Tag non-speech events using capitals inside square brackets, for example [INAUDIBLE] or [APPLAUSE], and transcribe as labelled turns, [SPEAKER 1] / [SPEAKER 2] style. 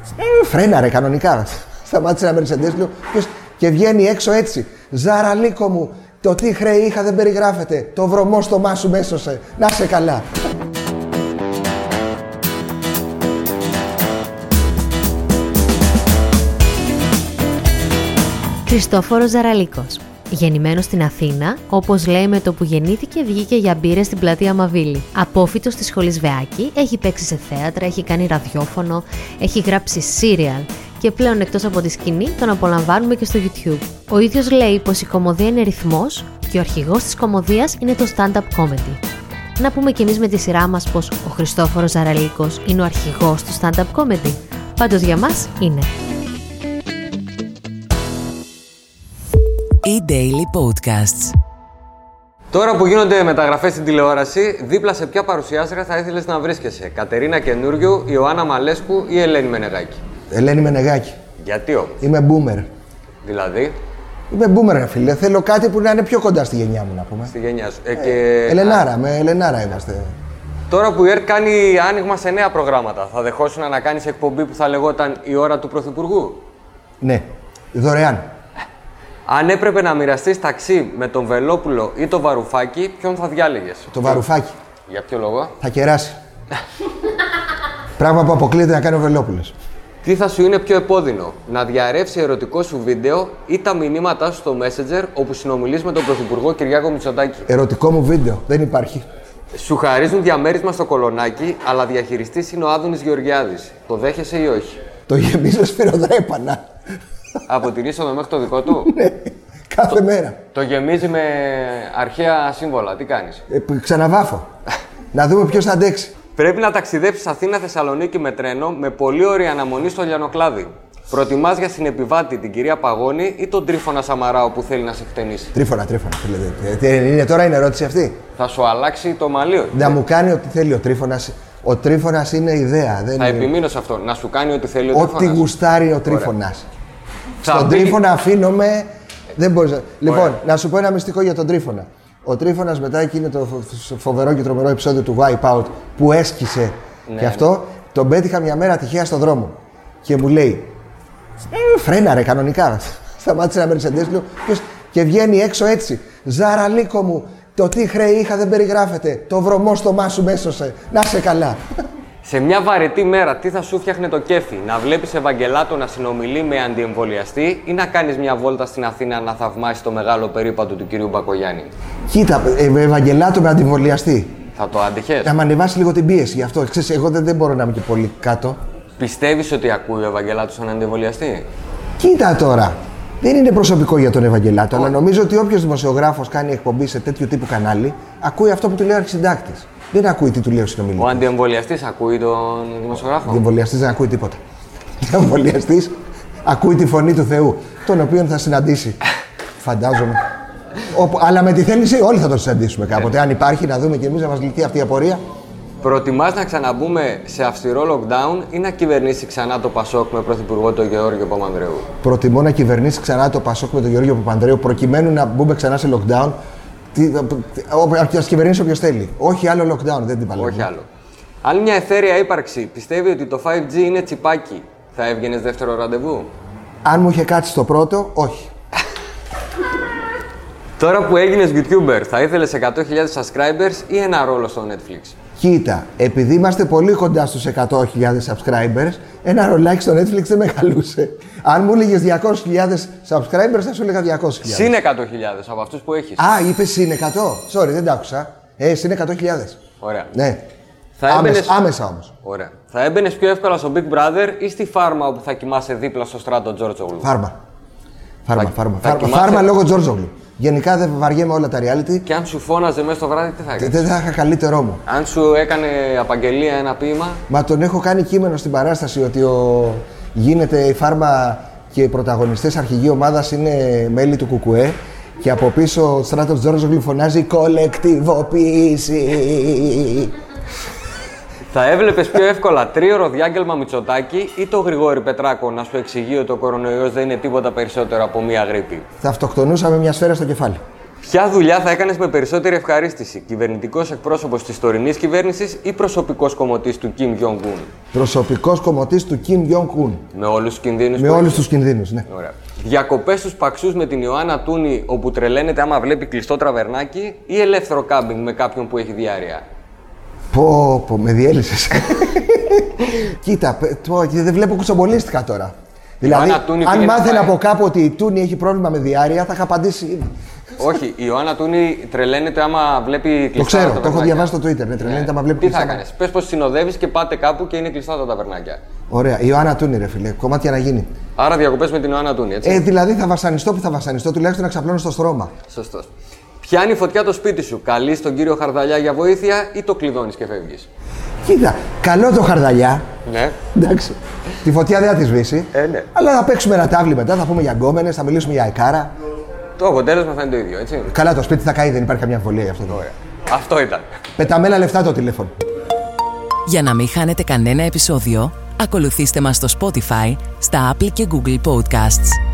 [SPEAKER 1] Ε, φρέναρε κανονικά. Σταμάτησε ένα Mercedes του και βγαίνει έξω έτσι. Ζαραλίκο μου, το τι χρέη είχα δεν περιγράφεται. Το βρωμό στο μάσου με έσωσε. Να σε καλά.
[SPEAKER 2] Χριστόφορος Ζαραλίκος. Γεννημένος στην Αθήνα, όπως λέει με το που γεννήθηκε βγήκε για μπύρες στην πλατεία Μαβίλη. Απόφυτος της σχολής Βεάκη, έχει παίξει σε θέατρα, έχει κάνει ραδιόφωνο, έχει γράψει σύριαλ και πλέον εκτός από τη σκηνή τον απολαμβάνουμε και στο YouTube. Ο ίδιος λέει πως η κομμωδία είναι ρυθμός και ο αρχηγός της κομμωδίας είναι το stand-up comedy. Να πούμε κι εμείς με τη σειρά μας πως ο Χριστόφορος Ζαραλίκος είναι ο αρχηγός του stand-up comedy. Πάντως για μας είναι.
[SPEAKER 3] E-Daily Podcasts.
[SPEAKER 4] Τώρα που γίνονται μεταγραφές στην τηλεόραση, δίπλα σε ποια παρουσιάστρια θα ήθελες να βρίσκεσαι, Κατερίνα Καινούριου, Ιωάννα Μαλέσκου ή Ελένη Μενεγάκη.
[SPEAKER 1] Ελένη Μενεγάκη.
[SPEAKER 4] Γιατί όμως,
[SPEAKER 1] Είμαι boomer.
[SPEAKER 4] δηλαδή,
[SPEAKER 1] Είμαι boomer, ρε φίλε. Θέλω κάτι που να είναι πιο κοντά στη γενιά μου, να πούμε.
[SPEAKER 4] στη γενιά σου. Ε, και...
[SPEAKER 1] Ελενάρα, με Ελενάρα είμαστε.
[SPEAKER 4] Τώρα που η ΕΡΤ κάνει άνοιγμα σε νέα προγράμματα, θα δεχόσουν να κάνεις εκπομπή που θα λεγόταν Η ώρα του Πρωθυπουργού.
[SPEAKER 1] Ναι. Δωρεάν.
[SPEAKER 4] Αν έπρεπε να μοιραστείς ταξί με τον Βελόπουλο ή τον Βαρουφάκη, ποιον θα διάλεγες.
[SPEAKER 1] Το βαρουφάκι.
[SPEAKER 4] Για ποιο λόγο.
[SPEAKER 1] Θα κεράσει. Πράγμα που αποκλείεται να κάνει ο Βελόπουλος.
[SPEAKER 4] Τι θα σου είναι πιο επώδυνο, να διαρρεύσει ερωτικό σου βίντεο ή τα μηνύματά σου στο Messenger όπου συνομιλείς με τον Πρωθυπουργό Κυριάκο Μητσοτάκη.
[SPEAKER 1] Ερωτικό μου βίντεο. Δεν υπάρχει.
[SPEAKER 4] Σου χαρίζουν διαμέρισμα στο κολονάκι, αλλά διαχειριστής είναι ο Άδωνης Γεωργιάδης. Το δέχεσαι ή όχι.
[SPEAKER 1] Το γεμίζω σφυροδρέπανα. Ναι,
[SPEAKER 4] Από την είσοδο μέχρι το δικό του.
[SPEAKER 1] Κάθε μέρα.
[SPEAKER 4] το γεμίζει με αρχαία σύμβολα. Τι κάνεις.
[SPEAKER 1] Ε, που- ξαναβάφω. να δούμε ποιος θα αντέξει.
[SPEAKER 4] Πρέπει να ταξιδέψεις Αθήνα-Θεσσαλονίκη με τρένο με πολύ ωραία αναμονή στο Λιανοκλάδι. Προτιμάς για συνεπιβάτη την κυρία Παγώνη ή τον Τρίφωνα Σαμαράο που θέλει να σε χτενίσει.
[SPEAKER 1] Τρίφωνα, τρίφωνα. Φίλε. Ε, τι Είναι τώρα είναι ερώτηση αυτή.
[SPEAKER 4] Θα σου αλλάξει το μαλλίο.
[SPEAKER 1] Να μου κάνει ό,τι θέλει ο τρίφωνας. Ο τρίφωνας είναι ιδέα. Δεν
[SPEAKER 4] Θα
[SPEAKER 1] είναι...
[SPEAKER 4] επιμείνω σε αυτό. Να σου κάνει ό,τι θέλει ο
[SPEAKER 1] Ναι. Ό,τι
[SPEAKER 4] Τρίφωνας.
[SPEAKER 1] γουστάρει ο τρίφωνας.
[SPEAKER 4] Θα
[SPEAKER 1] Στον
[SPEAKER 4] μπει-
[SPEAKER 1] τρίφωνα αφήνομαι. Δεν μπορείς να... Λοιπόν, να σου πω ένα μυστικό για τον τρίφωνα. Ο τρίφωνας μετά εκείνο το φο- φοβερό και τρομερό επεισόδιο του Wipeout που έσκησε
[SPEAKER 4] Ναι,
[SPEAKER 1] και αυτό, τον πέτυχα μια μέρα τυχαία στον δρόμο. Και μου λέει, «Ε, φρέναρε κανονικά. [LAUGHS] Σταμάτησε ένα Mercedes λέω, «Ποιος?» και βγαίνει έξω έτσι. Ζαραλίκο μου, το τι χρέη είχα δεν περιγράφεται. Το βρωμό στο μάσου με έσωσε. Να σε καλά. [LAUGHS]
[SPEAKER 4] Σε μια βαρετή μέρα, τι θα σου φτιάχνε το κέφι, να βλέπεις Ευαγγελάτο να συνομιλεί με αντιεμβολιαστή ή να κάνεις μια βόλτα στην Αθήνα να θαυμάσει το μεγάλο περίπατο του κυρίου Μπακογιάννη.
[SPEAKER 1] Κοίτα, ε, Ευαγγελάτο με αντιβολιαστή.
[SPEAKER 4] Θα το άντυχε.
[SPEAKER 1] Να με ανεβάσει λίγο την πίεση γι' αυτό. Ξέρεις, εγώ δεν, δεν μπορώ να είμαι και πολύ κάτω.
[SPEAKER 4] Πιστεύεις ότι ακούει ο Ευαγγελάτος σαν αντιεμβολιαστή.
[SPEAKER 1] Κοίτα τώρα. Δεν είναι προσωπικό για τον Ευαγγελάτο, αλλά νομίζω ότι όποιος δημοσιογράφος κάνει εκπομπή σε τέτοιου τύπου κανάλι, ακούει αυτό που του λέει ο αρχισυντάκτης. Δεν ακούει τι του λέει ο συνομιλητή.
[SPEAKER 4] Ο αντιεμβολιαστής ακούει τον
[SPEAKER 1] Ο
[SPEAKER 4] δημοσιογράφο.
[SPEAKER 1] εμβολιαστή δεν ακούει τίποτα. [LAUGHS] Ο εμβολιαστή ακούει τη φωνή του Θεού, τον οποίον θα συναντήσει. Φαντάζομαι. Όπου- αλλά με τη θέληση όλοι θα τον συναντήσουμε κάποτε. Αν υπάρχει, να δούμε κι εμείς να μας λυθεί αυτή η απορία.
[SPEAKER 4] Προτιμάς να ξαναμπούμε σε αυστηρό lockdown ή να κυβερνήσει ξανά το Πασόκ με πρωθυπουργό τον Γεώργιο Παπανδρέου.
[SPEAKER 1] προτιμώ να κυβερνήσει ξανά το Πασόκ με τον Γεώργιο Παπανδρέου προκειμένου να μπούμε ξανά σε lockdown. Τι, ε, α κυβερνήσει όποιος θέλει. Όχι άλλο lockdown, δεν την παλεύω.
[SPEAKER 4] Όχι άλλο. Αν μια εθέρεια ύπαρξη πιστεύει ότι το 5G είναι τσιπάκι, θα έβγαινες δεύτερο ραντεβού.
[SPEAKER 1] Αν μου είχε κάτσει το πρώτο, όχι.
[SPEAKER 4] Τώρα που έγινες YouTuber, θα ήθελες 100.000 subscribers ή ένα ρόλο στο Netflix.
[SPEAKER 1] Κοίτα, επειδή είμαστε πολύ κοντά στους 100.000 subscribers, ένα ρολάκι στο Netflix δεν με χαλούσε. Αν μου έλεγες 200.000 subscribers, θα σου έλεγα 200.000.
[SPEAKER 4] Συν 100.000 από αυτούς που έχεις.
[SPEAKER 1] Α, είπες συν 100. Sorry, δεν τα άκουσα. Ε, συν 100.000.
[SPEAKER 4] Ωραία.
[SPEAKER 1] Ναι.
[SPEAKER 4] Θα
[SPEAKER 1] άμεσα,
[SPEAKER 4] έμπαινες-
[SPEAKER 1] άμεσα όμως.
[SPEAKER 4] Ωραία. Θα έμπαινες πιο εύκολα στο Big Brother ή στη φάρμα όπου θα κοιμάσαι δίπλα στο στράτο Τζόρτσογλου.
[SPEAKER 1] Φάρμα. Φάρμα, φάρμα.
[SPEAKER 4] θα
[SPEAKER 1] Φάρμα,
[SPEAKER 4] κοιμάσαι-
[SPEAKER 1] φάρμα λόγω Τζόρτζογλου. Γενικά δεν βαριέμαι όλα τα reality.
[SPEAKER 4] Και αν σου φώναζε μέσα στο βράδυ, τι θα έκανες.
[SPEAKER 1] Δεν θα είχα καλύτερό μου.
[SPEAKER 4] Αν σου έκανε απαγγελία ένα ποίημα,
[SPEAKER 1] Μα τον έχω κάνει κείμενο στην παράσταση ότι ο... γίνεται η φάρμα και οι πρωταγωνιστές αρχηγοί ομάδας είναι μέλη του Κουκουέ και από πίσω ο Στράτος Τζόρτζογλου φωνάζει «Κολεκτιβοποίηση».
[SPEAKER 4] θα έβλεπες πιο εύκολα τρίωρο διάγγελμα Μητσοτάκη ή το Γρηγόρη Πετράκο να σου εξηγεί ότι ο κορονοϊός δεν είναι τίποτα περισσότερο από μία γρήπη.
[SPEAKER 1] θα αυτοκτονούσα με μια σφαίρα στο κεφάλι.
[SPEAKER 4] Ποια δουλειά θα έκανες με περισσότερη ευχαρίστηση, κυβερνητικός εκπρόσωπος της τωρινής κυβέρνησης ή προσωπικός κομωτή του Κιμ Jong-un.
[SPEAKER 1] Προσωπικό κομωτή του Κιμ Γιονγκ Κουν.
[SPEAKER 4] Με όλους τους κινδύνους
[SPEAKER 1] Με όλου τους κινδύνους, ναι.
[SPEAKER 4] Ωραία. Διακοπές στους παξούς με την Ιωάννα Τούνη όπου τρελαίνεται άμα βλέπει κλειστό τραβερνάκι ή ελεύθερο κάμπινγκ με κάποιον που έχει
[SPEAKER 1] [LAUGHS]
[SPEAKER 4] διάρκεια.
[SPEAKER 1] Πω, πω, με
[SPEAKER 4] [LAUGHS]
[SPEAKER 1] διέλυσες. Κοίτα, πε- πω, και δεν βλέπω κουτσομπολίστηκα τώρα. Δηλαδή,
[SPEAKER 4] Άννα Τούνη
[SPEAKER 1] αν
[SPEAKER 4] πήγαινε
[SPEAKER 1] μάθαινα
[SPEAKER 4] πάει.
[SPEAKER 1] από κάπου ότι η Τούνη έχει πρόβλημα με διάρκεια, θα είχα απαντήσει ήδη.
[SPEAKER 4] Όχι, η Ιωάννα Τούνη τρελαίνεται άμα βλέπει κλειστά
[SPEAKER 1] Το ξέρω, το έχω
[SPEAKER 4] ταβερνάκια.
[SPEAKER 1] διαβάσει στο Twitter. Ναι, τρελαίνεται άμα βλέπει
[SPEAKER 4] Τι θα
[SPEAKER 1] κλειστά.
[SPEAKER 4] έκανε, πες πως συνοδεύεις και πάτε κάπου και είναι κλειστά τα ταβερνάκια.
[SPEAKER 1] Ωραία, η Ιωάννα Τούνη, ρε φίλε, κομμάτια να γίνει.
[SPEAKER 4] Άρα διακοπές με την Ιωάννα Τούνη, έτσι.
[SPEAKER 1] Ε, δηλαδή θα βασανιστώ που θα βασανιστώ, τουλάχιστον να ξαπλώνω στο στρώμα.
[SPEAKER 4] Σωστός. Πιάνει φωτιά το σπίτι σου. Καλείς τον κύριο Χαρδαλιά για βοήθεια ή το κλειδώνεις και φεύγεις.
[SPEAKER 1] Κοίτα, καλό το χαρδαλιά.
[SPEAKER 4] Ναι.
[SPEAKER 1] Εντάξει. Τη φωτιά δεν θα τη σβήσει.
[SPEAKER 4] Ε, ναι.
[SPEAKER 1] Αλλά θα παίξουμε ένα τάβλι μετά, θα πούμε για γκόμενες, θα μιλήσουμε για εκάρα.
[SPEAKER 4] Το αποτέλεσμα θα είναι το ίδιο, έτσι.
[SPEAKER 1] Καλά, το σπίτι θα καεί, δεν υπάρχει καμία αμφιβολία γι' αυτό το ωραία.
[SPEAKER 4] Αυτό ήταν.
[SPEAKER 1] Πεταμένα λεφτά το τηλέφωνο.
[SPEAKER 3] Για να μην χάνετε κανένα επεισόδιο, ακολουθήστε μας στο Spotify, στα Apple και Google Podcasts.